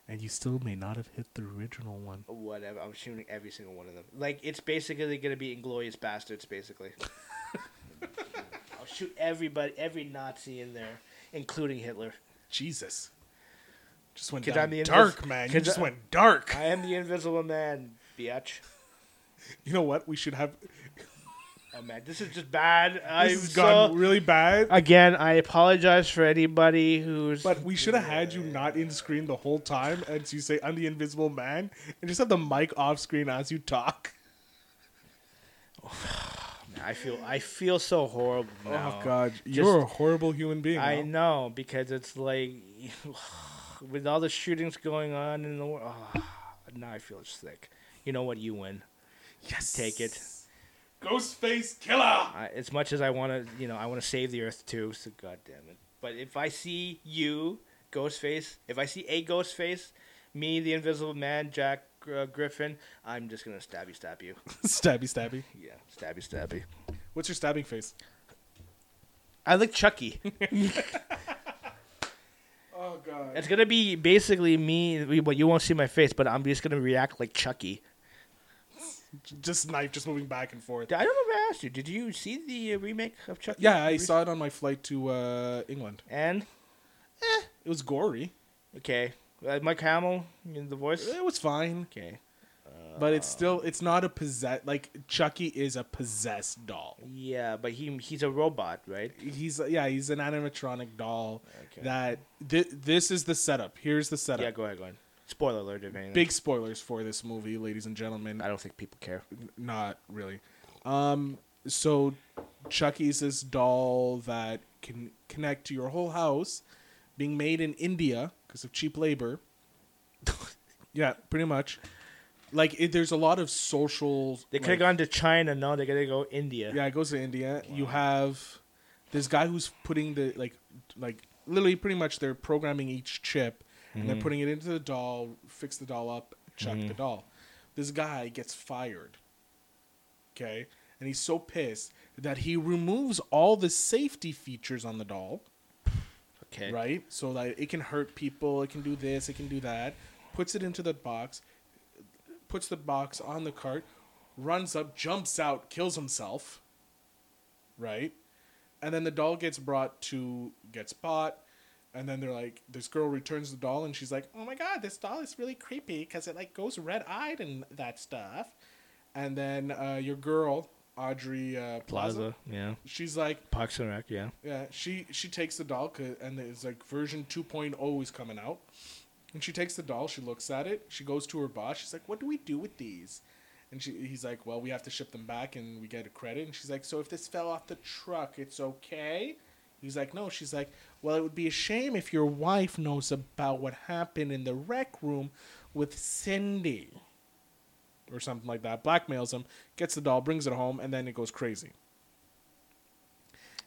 Speaker 1: And you still may not have hit the original one.
Speaker 4: Whatever, I'm shooting every single one of them. Like it's basically gonna be Inglorious Bastards, basically. I'll shoot everybody, every Nazi in there, including Hitler.
Speaker 1: Jesus. Just went
Speaker 4: Could I
Speaker 1: down
Speaker 4: be in
Speaker 1: dark,
Speaker 4: this-
Speaker 1: man. You
Speaker 4: could
Speaker 1: just
Speaker 4: I-
Speaker 1: went dark.
Speaker 4: I am the Invisible Man, biatch.
Speaker 1: You know what? We should have.
Speaker 4: Oh man, this is just bad.
Speaker 1: This
Speaker 4: I'm
Speaker 1: has gone
Speaker 4: so-
Speaker 1: really bad.
Speaker 4: Again, I apologize for anybody who's.
Speaker 1: But we should have had you not in screen the whole time as you say, I'm the invisible man, and just have the mic off screen as you talk.
Speaker 4: I feel I feel so horrible. Now.
Speaker 1: Oh, God.
Speaker 4: Just-
Speaker 1: You're a horrible human being.
Speaker 4: I
Speaker 1: Al.
Speaker 4: know because it's like, with all the shootings going on in the world, now I feel sick. You know what? You win.
Speaker 1: Yes.
Speaker 4: Take it.
Speaker 1: Ghostface Killer!
Speaker 4: I, as much as I want to, you know, I want to save the Earth too. So God damn it. But if I see you, Ghostface, if I see a Ghostface, me, the Invisible Man, Jack uh, Griffin, I'm just gonna stabby stab you.
Speaker 1: stabby, stabby.
Speaker 4: Yeah, stabby stabby.
Speaker 1: What's your stabbing face?
Speaker 4: I like Chucky.
Speaker 1: Oh, God.
Speaker 4: It's gonna be basically me. But you won't see my face, but I'm just gonna react like Chucky.
Speaker 1: Just knife, just moving back and forth.
Speaker 4: I don't know if I asked you. Did you see the uh, remake of Chucky?
Speaker 1: Yeah, I saw it on my flight to uh, England.
Speaker 4: And
Speaker 1: It was gory.
Speaker 4: okay, uh, Mike Hamill in the voice.
Speaker 1: It was fine.
Speaker 4: Okay.
Speaker 1: But it's still, it's not a possess. Like, Chucky is a possessed doll.
Speaker 4: Yeah, but he he's a robot, right?
Speaker 1: he's yeah he's an animatronic doll
Speaker 4: Okay.
Speaker 1: that th- this is the setup here's the setup
Speaker 4: Yeah, go ahead, go ahead. Spoiler alert, if anything.
Speaker 1: big spoilers for this movie ladies and gentlemen
Speaker 4: I don't think people care.
Speaker 1: not really um so chucky's this doll that can connect to your whole house being made in India because of cheap labor. yeah, pretty much. Like it, there's a lot of social.
Speaker 4: They could have
Speaker 1: like-
Speaker 4: gone to China. No, they gotta go India.
Speaker 1: Yeah, it goes to India. You have this guy who's putting the like, like literally pretty much they're programming each chip and they're putting it into the doll, fix the doll up, chuck the doll. This guy gets fired. Okay, and he's so pissed that he removes all the safety features on the doll
Speaker 4: Okay.
Speaker 1: right? So like it can hurt people, it can do this, it can do that. Puts it into the box, puts the box on the cart, runs up, jumps out, kills himself, right? And then the doll gets brought to gets bought, and then they're like, this girl returns the doll, and she's like, oh my god, this doll is really creepy because it like goes red eyed and that stuff. And then uh, your girl Audrey uh, Plaza,
Speaker 4: Plaza. Yeah.
Speaker 1: she's like,
Speaker 4: Parks and Rec. Yeah.
Speaker 1: yeah, she she takes the doll 'cause- and it's like version 2.0 is coming out. And she takes the doll, she looks at it, she goes to her boss, she's like, "What do we do with these?" And she he's like, "Well, we have to ship them back and we get a credit." And she's like, "So if this fell off the truck, it's okay?" He's like, "No." She's like, "Well, it would be a shame if your wife knows about what happened in the rec room with Cindy." Or something like that. Blackmails him, gets the doll, brings it home, and then it goes crazy.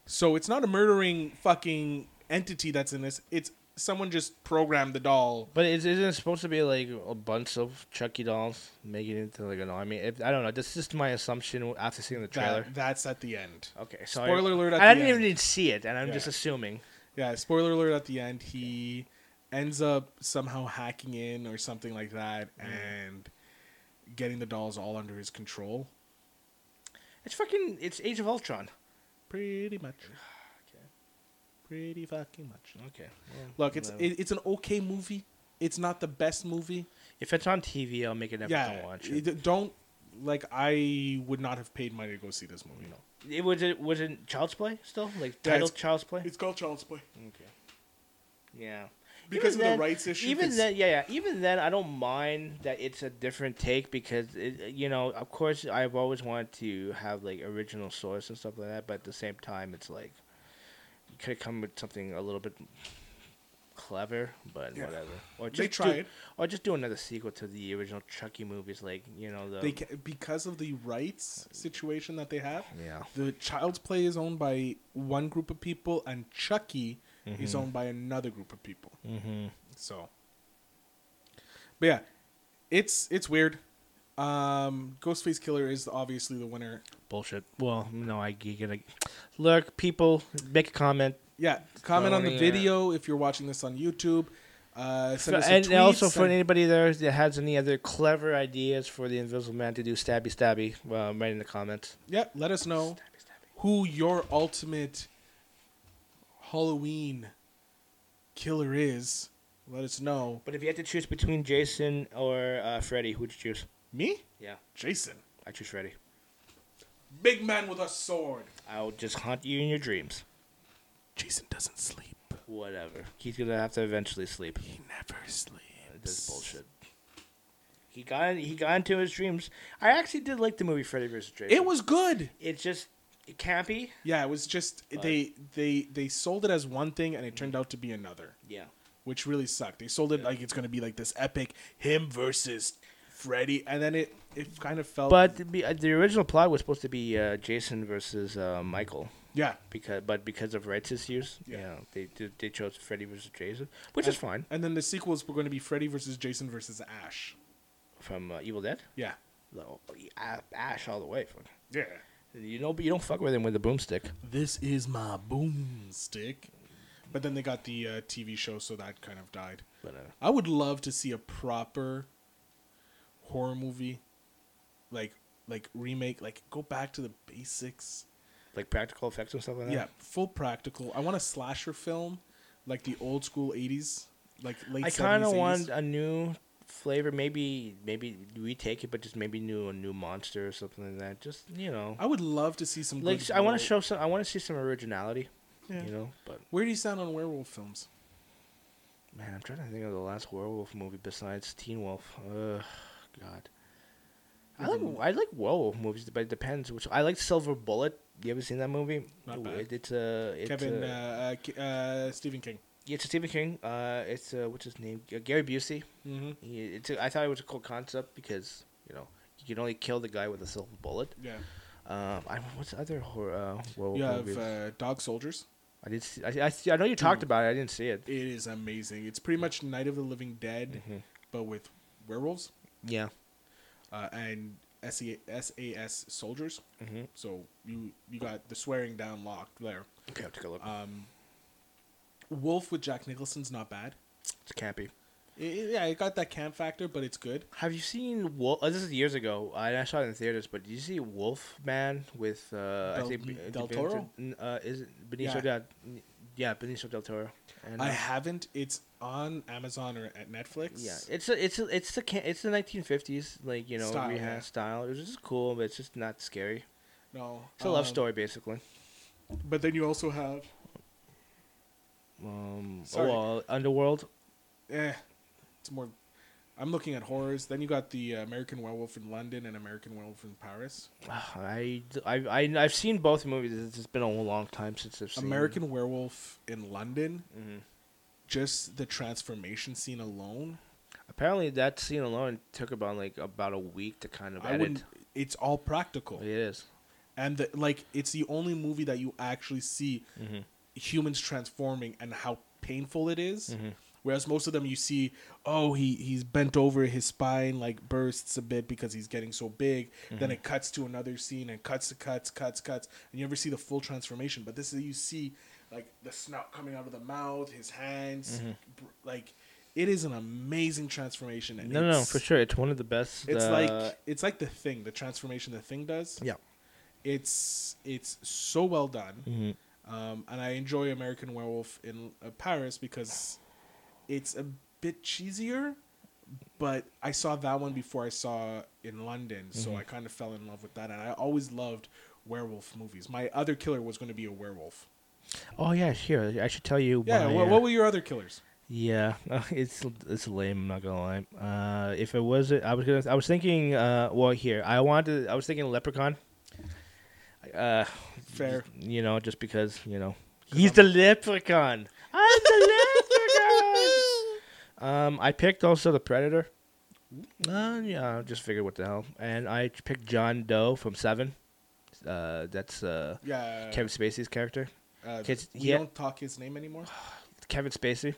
Speaker 1: So it's not a murdering fucking entity that's in this. It's someone just programmed the doll.
Speaker 4: But is, isn't it supposed to be like a bunch of Chucky dolls making it into like an army? If, I don't know. That's just my assumption after seeing the trailer.
Speaker 1: That, that's at the end.
Speaker 4: okay, so I-
Speaker 1: Spoiler alert at
Speaker 4: I
Speaker 1: the end.
Speaker 4: didn't even need to see it, and I'm
Speaker 1: Yeah.
Speaker 4: just assuming.
Speaker 1: Yeah, spoiler alert at the end. He ends up somehow hacking in or something like that and getting the dolls all under his control.
Speaker 4: It's fucking. It's Age of Ultron.
Speaker 1: Pretty much. Pretty fucking much.
Speaker 4: Okay.
Speaker 1: Look, it's
Speaker 4: Whatever.
Speaker 1: it, it's an okay movie. It's not the best movie.
Speaker 4: if it's on TV, I'll make an effort
Speaker 1: yeah,
Speaker 4: to watch it.
Speaker 1: it- don't like. I would not have paid money to go see this movie. No,
Speaker 4: It was it was it Child's Play still like titled
Speaker 1: it's-
Speaker 4: Child's Play.
Speaker 1: it's called Child's Play.
Speaker 4: Okay. Yeah.
Speaker 1: Because
Speaker 4: Even
Speaker 1: of the
Speaker 4: then-
Speaker 1: rights issue,
Speaker 4: Even
Speaker 1: it's-
Speaker 4: then, yeah, yeah. Even then, I don't mind that it's a different take because it, you know, of course, I've always wanted to have like original source and stuff like that. But at the same time, it's like you could have come with something a little bit clever, but
Speaker 1: Yeah.
Speaker 4: whatever. Or
Speaker 1: They
Speaker 4: just do-
Speaker 1: tried.
Speaker 4: or just do another sequel to the original Chucky movies, like you know the
Speaker 1: they ca- because of the rights situation that they have.
Speaker 4: yeah.
Speaker 1: The Child's Play is owned by one group of people, and Chucky is owned by another group of people.
Speaker 4: Mm-hmm.
Speaker 1: So, but yeah, it's it's weird. Um, Ghostface Killer is obviously the winner.
Speaker 4: Bullshit. Well, no, I you gotta look. People make a comment.
Speaker 1: Yeah, comment on the
Speaker 4: Throwing it.
Speaker 1: video if you're watching this on YouTube. Uh, send us some
Speaker 4: and
Speaker 1: tweets,
Speaker 4: also for
Speaker 1: send-
Speaker 4: anybody there that has any other clever ideas for the Invisible Man to do stabby stabby, uh, right in the comments.
Speaker 1: yeah, let us know who your ultimate Halloween killer is. Let us know.
Speaker 4: But if you had to choose between Jason or uh, Freddy, who'd you choose?
Speaker 1: Me,
Speaker 4: Yeah,
Speaker 1: Jason,
Speaker 4: I choose Freddy.
Speaker 1: big man with a sword.
Speaker 4: I'll just haunt you in your dreams.
Speaker 1: Jason doesn't sleep.
Speaker 4: Whatever. He's gonna have to eventually sleep.
Speaker 1: He never sleeps.
Speaker 4: Uh, This is bullshit. He got he got into his dreams. I actually did like the movie Freddy vs. Jason.
Speaker 1: It was good.
Speaker 4: It's just campy.
Speaker 1: Yeah, it was just they they they sold it as one thing and it turned out to be another,
Speaker 4: Yeah.
Speaker 1: which really sucked. They sold it like it's gonna be like this epic him versus Freddy, and then it it kind of felt.
Speaker 4: But the, uh, the original plot was supposed to be uh, Jason versus uh, Michael.
Speaker 1: yeah,
Speaker 4: because but because of rights issues,
Speaker 1: Yeah.
Speaker 4: you know, they did they chose Freddy versus Jason, which is fine
Speaker 1: and then the sequels were going to be Freddy versus Jason versus Ash.
Speaker 4: from uh, Evil Dead.
Speaker 1: Yeah,
Speaker 4: No, A- Ash all the way. fuck.
Speaker 1: yeah.
Speaker 4: You know, but you don't fuck with him with a boomstick.
Speaker 1: This is my boomstick. But then they got the uh, TV show, so that kind of died.
Speaker 4: But uh,
Speaker 1: I would love to see a proper horror movie, like like remake, like go back to the basics.
Speaker 4: like practical effects and stuff like that.
Speaker 1: Yeah, full practical. I want a slasher film, like the old school '80s, like late.
Speaker 4: I kind of
Speaker 1: 70s,
Speaker 4: want
Speaker 1: 80s.
Speaker 4: a new flavor. Maybe maybe retake it, but just maybe new a new monster or something like that. Just you know,
Speaker 1: I would love to see some.
Speaker 4: like
Speaker 1: good
Speaker 4: I want
Speaker 1: werewolf-
Speaker 4: to show some. I want to see some originality.
Speaker 1: Yeah.
Speaker 4: You know, but
Speaker 1: Where do you stand on werewolf films?
Speaker 4: Man, I'm trying to think of the last werewolf movie besides Teen Wolf. Ugh, God. I like I like werewolf movies, but it depends. Which I like Silver Bullet. You ever seen that movie?
Speaker 1: Not
Speaker 4: Ooh,
Speaker 1: bad.
Speaker 4: it- it's a it's
Speaker 1: Kevin,
Speaker 4: a-
Speaker 1: uh, uh, K- uh, Stephen King.
Speaker 4: Yeah, it's a Stephen King. Uh, it's uh, what's his name? Uh, Gary Busey.
Speaker 1: Mm-hmm.
Speaker 4: He, it's a, I thought it was a cool concept because you know you can only kill the guy with a silver bullet.
Speaker 1: Yeah.
Speaker 4: Um, I what's the other horror? Uh, horror
Speaker 1: You
Speaker 4: movies?
Speaker 1: have uh, Dog Soldiers.
Speaker 4: I did. See, I, I, see- I know you talked about it. I didn't see it.
Speaker 1: It is amazing. It's pretty much Night of the Living Dead,
Speaker 4: Mm-hmm.
Speaker 1: but with werewolves
Speaker 4: Yeah.
Speaker 1: uh, and SA SAS soldiers.
Speaker 4: Mm-hmm.
Speaker 1: So you you got the swearing down locked there. Um,
Speaker 4: Okay, I'll take a
Speaker 1: Uh,
Speaker 4: look.
Speaker 1: Wolf with Jack Nicholson's not bad.
Speaker 4: it's campy.
Speaker 1: It- yeah, it got that camp factor, but it's good.
Speaker 4: Have you seen Wolf? Oh, this is years ago. I, I saw it in theaters, but did you see Wolf Man with
Speaker 1: Del-
Speaker 4: uh, I think
Speaker 1: Del
Speaker 4: Benicio-
Speaker 1: Toro?
Speaker 4: n- Uh, is it Benicio
Speaker 1: Yeah.
Speaker 4: del? Yeah, Benicio del Toro. And,
Speaker 1: I
Speaker 4: uh,
Speaker 1: haven't. It's on Amazon or at Netflix.
Speaker 4: yeah, it's a, it's a, it's the ca- it's the 1950s like you know
Speaker 1: Style,
Speaker 4: rehash
Speaker 1: yeah.
Speaker 4: style. It was just cool, but it's just not scary.
Speaker 1: no,
Speaker 4: It's a love
Speaker 1: um,
Speaker 4: story basically.
Speaker 1: But then you also have,
Speaker 4: Um, oh,
Speaker 1: sorry.
Speaker 4: well, Underworld.
Speaker 1: eh, it's more. I'm looking at horrors. Then you got the uh, American Werewolf in London and American Werewolf in Paris.
Speaker 4: Ah, I, I I I've seen both movies. It's just been a long time since I've seen
Speaker 1: American Werewolf in London.
Speaker 4: Mhm.
Speaker 1: Just the transformation scene alone,
Speaker 4: Apparently, that scene alone took about like about a week to kind of
Speaker 1: I
Speaker 4: edit.
Speaker 1: wouldn't. It's all practical,
Speaker 4: It is.
Speaker 1: and the, like it's the only movie that you actually see
Speaker 4: Mhm.
Speaker 1: humans transforming and how painful it is.
Speaker 4: Mhm.
Speaker 1: Whereas most of them, you see, oh, he he's bent over, his spine like bursts a bit because he's getting so big.
Speaker 4: Mm-hmm.
Speaker 1: Then it cuts to another scene and cuts to cuts, cuts, cuts, and you never see the full transformation. But this is you see, like the snout coming out of the mouth, his hands,
Speaker 4: Mm-hmm.
Speaker 1: br- like it is an amazing transformation. And
Speaker 4: No, no,
Speaker 1: it's-
Speaker 4: for sure. It's one of the best.
Speaker 1: It's
Speaker 4: uh,
Speaker 1: like it's like the thing, the transformation the thing does.
Speaker 4: yeah,
Speaker 1: It's it's so well done.
Speaker 4: Mhm.
Speaker 1: Um, and I enjoy American Werewolf in uh, Paris because it's a bit cheesier, but I saw that one before I saw in London,
Speaker 4: Mm-hmm.
Speaker 1: so I kind of fell in love with that. And I always loved werewolf movies. My other killer was going to be a werewolf.
Speaker 4: Oh yeah, here I should tell you.
Speaker 1: Yeah,
Speaker 4: why,
Speaker 1: what,
Speaker 4: uh,
Speaker 1: what were your other killers?
Speaker 4: Yeah, it's it's lame. I'm not gonna lie. Uh, if it was, I was gonna. I was thinking. Uh, well, here I wanted. I was thinking Leprechaun. Uh,
Speaker 1: Fair.
Speaker 4: you know, just because you know he's the Leprechaun. I'm the Leprechaun. Um, I picked also the Predator. Uh, yeah, I just figured what the hell, and I picked John Doe from Seven. Uh, that's uh
Speaker 1: Yeah.
Speaker 4: Kevin Spacey's character.
Speaker 1: uh,
Speaker 4: kids-
Speaker 1: we
Speaker 4: yeah.
Speaker 1: don't talk his name anymore.
Speaker 4: Kevin Spacey.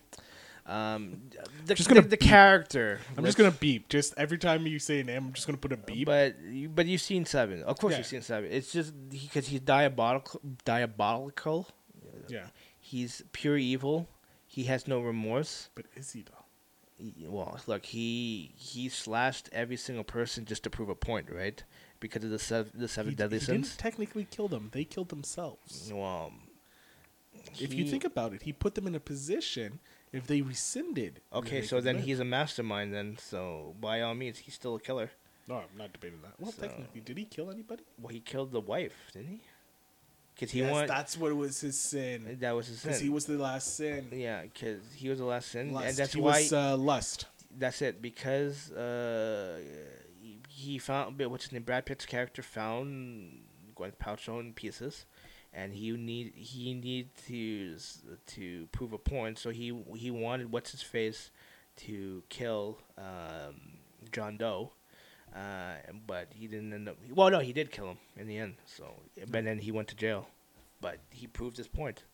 Speaker 4: Um, the,
Speaker 1: Just
Speaker 4: the-
Speaker 1: gonna
Speaker 4: the,
Speaker 1: beep.
Speaker 4: character.
Speaker 1: I'm just going to beep. Just every time you say a name, I'm just going to put a beep.
Speaker 4: But you, but you've seen Seven, of course
Speaker 1: Yeah.
Speaker 4: you've seen Seven. It's just because he's diabolical, diabolical.
Speaker 1: yeah.
Speaker 4: He's pure evil. He has no remorse.
Speaker 1: But is he, though?
Speaker 4: He- Well, look, he he slashed every single person just to prove a point, right? Because of the seven, the seven
Speaker 1: He-
Speaker 4: deadly
Speaker 1: he
Speaker 4: sins.
Speaker 1: didn't technically kill them. They killed themselves.
Speaker 4: Well,
Speaker 1: If you
Speaker 4: he-
Speaker 1: think about it, he put them in a position if they rescinded.
Speaker 4: okay, so then he's a mastermind. Then, so by all means, he's still a killer.
Speaker 1: No, I'm not debating that. Well,
Speaker 4: So-
Speaker 1: technically, did he kill anybody?
Speaker 4: Well, he killed the wife, didn't he? Because he
Speaker 1: yes,
Speaker 4: wanted
Speaker 1: that's what was his sin.
Speaker 4: that was his sin.
Speaker 1: Because he was the last sin.
Speaker 4: Yeah, because he was the last sin,
Speaker 1: Lust.
Speaker 4: and that's
Speaker 1: he
Speaker 4: why
Speaker 1: was uh, lust.
Speaker 4: that's it. Because uh, he- he found but what's his name, Brad Pitt's character found Gwyneth Paltrow in pieces, and he need he need to s- to prove a point. So he he wanted what's his face to kill um, John Doe. Uh, but he didn't end up. Well, no, he did kill him in the end. So, but then he went to jail. But he proved his point.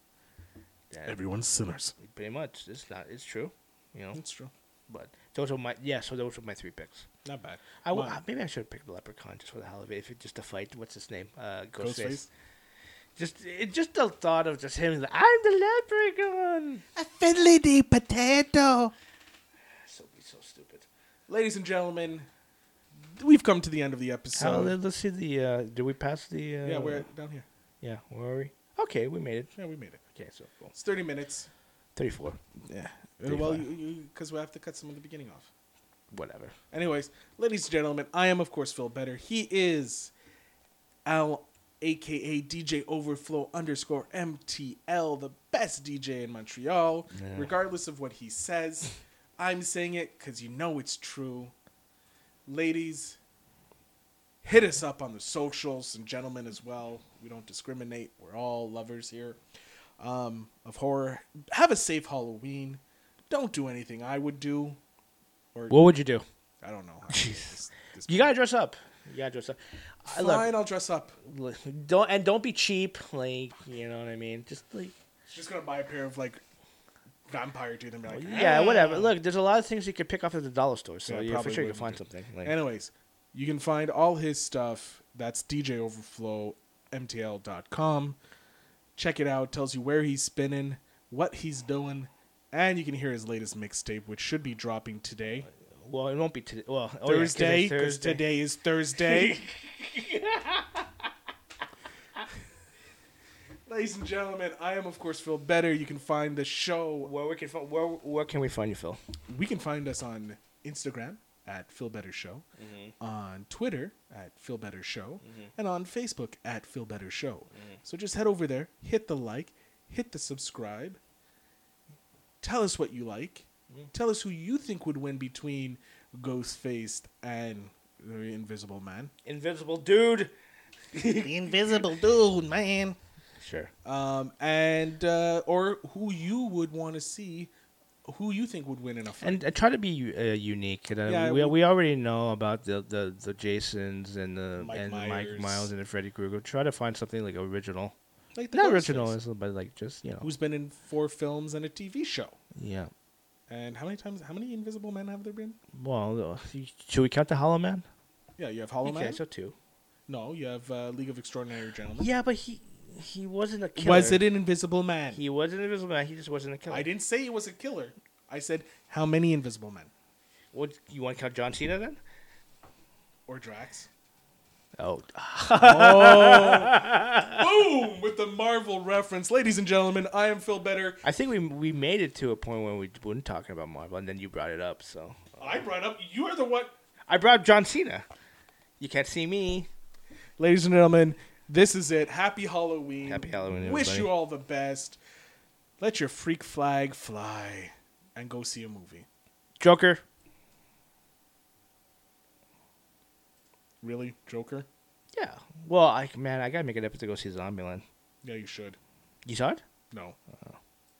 Speaker 4: That-
Speaker 1: Everyone's sinners.
Speaker 4: pretty much. It's not. It's true. You know.
Speaker 1: That's true.
Speaker 4: But those were my yeah. So those were my three picks.
Speaker 1: Not bad.
Speaker 4: I w-
Speaker 1: Mine.
Speaker 4: uh, maybe I should have picked the leprechaun just for the hell of it. If it just to fight, what's his name? Uh, Ghostface.
Speaker 1: Ghostface?
Speaker 4: Just it just the thought of just him. Like, I'm the leprechaun.
Speaker 2: A fiddly dee potato.
Speaker 4: So be so stupid.
Speaker 1: Ladies and gentlemen, we've come to the end of the
Speaker 4: So
Speaker 1: episode.
Speaker 4: let's see the. Uh, did we pass the? Uh,
Speaker 1: yeah, we're down here.
Speaker 4: Yeah, where are we? Okay, we made it.
Speaker 1: Yeah, we made it.
Speaker 4: Okay, so cool.
Speaker 1: It's 30 minutes.
Speaker 4: thirty-four.
Speaker 1: Yeah.
Speaker 4: Pretty
Speaker 1: Well,
Speaker 4: fine.
Speaker 1: because we have to cut some of the beginning off.
Speaker 4: Whatever.
Speaker 1: Anyways, ladies and gentlemen, I am of course Phil Better. He is Al, aka DJ Overflow underscore MTL, the best DJ in Montreal. Regardless of what he says, I'm saying it because you know it's true. Ladies, hit us up on the socials and gentlemen as well. We don't discriminate. We're all lovers here. um, of horror. Have a safe Halloween. Don't do anything I would do. Or
Speaker 4: What would you do?
Speaker 1: I don't know. This- this-
Speaker 4: You gotta dress up. You gotta dress up. I love.
Speaker 1: Fine, I'll dress up.
Speaker 4: Don't and don't be cheap. Like you know what I mean. Just like
Speaker 1: She's gonna buy a pair of like vampire teeth and be like,
Speaker 4: yeah,
Speaker 1: "Ah."
Speaker 4: whatever. Look, there's a lot of things you could pick off at the dollar store. So
Speaker 1: Yeah, I
Speaker 4: yeah, for
Speaker 1: probably
Speaker 4: sure you can
Speaker 1: wouldn't
Speaker 4: find
Speaker 1: do-
Speaker 4: something. Like,
Speaker 1: Anyways, you can find all his stuff. That's DJ Overflow, MTL.com. Check it out. Tells you where he's spinning, what he's doing, and you can hear his latest mixtape, which should be dropping today.
Speaker 4: well, it won't be today. Well, oh, yeah, 'cause it's
Speaker 1: Thursday, because
Speaker 4: Thursday.
Speaker 1: today is Thursday. Ladies and gentlemen, I am, of course, Phil Better. You can find the show
Speaker 4: Where we can fi- where where can we find you, Phil?
Speaker 1: we can find us on Instagram at Phil Better Show, on Twitter at Phil Better Show, and on Facebook at Phil Better Show. So just head over there, hit the like, hit the subscribe. Tell us what you like. Tell us who you think would win between Ghostface and the Invisible Man.
Speaker 4: Invisible dude.
Speaker 2: The invisible dude, man.
Speaker 4: Sure.
Speaker 1: Um, and uh, or who you would want to see, who you think would win in a fight.
Speaker 4: And uh, try to be uh, unique. And, uh,
Speaker 1: Yeah,
Speaker 4: we,
Speaker 1: we-
Speaker 4: we already know about the, the, the Jasons and the
Speaker 1: Mike
Speaker 4: and Mike
Speaker 1: Myers.
Speaker 4: Miles and the Freddy Krueger. Try to find something like original.
Speaker 1: like the
Speaker 4: Not
Speaker 1: Ghostface,
Speaker 4: original, it's- but like just you know.
Speaker 1: Who's been in four films and a TV show.
Speaker 4: yeah.
Speaker 1: And how many times? How many Invisible Men have there been?
Speaker 4: Well, uh, you- should we count the Hollow Man?
Speaker 1: Yeah, you have Hollow
Speaker 4: okay,
Speaker 1: Man.
Speaker 4: so two.
Speaker 1: no, you have uh, League of Extraordinary Gentlemen.
Speaker 4: Yeah, but he he wasn't a killer.
Speaker 1: was it an Invisible Man?
Speaker 4: He was an invisible man. He just wasn't a killer.
Speaker 1: I didn't say he was a killer. I said how many Invisible Men
Speaker 4: What you want to count John Cena then?
Speaker 1: or Drax?
Speaker 4: Oh,
Speaker 1: ah. Boom! With the Marvel reference, ladies and gentlemen, I am Phil Better.
Speaker 4: I think we we made it to a point where we weren't talking about Marvel, and then you brought it up. So
Speaker 1: I brought up you are the one.
Speaker 4: I brought John Cena. You can't see me.
Speaker 1: Ladies and gentlemen, this is it. Happy Halloween.
Speaker 4: Happy Halloween,
Speaker 1: Wish
Speaker 4: everybody.
Speaker 1: you all the best. Let your freak flag fly, and go see a movie.
Speaker 4: Joker.
Speaker 1: Really, Joker?
Speaker 4: Yeah. Well, I man, I gotta make an effort to go see Zombieland.
Speaker 1: Yeah, you should.
Speaker 4: You saw it?
Speaker 1: No.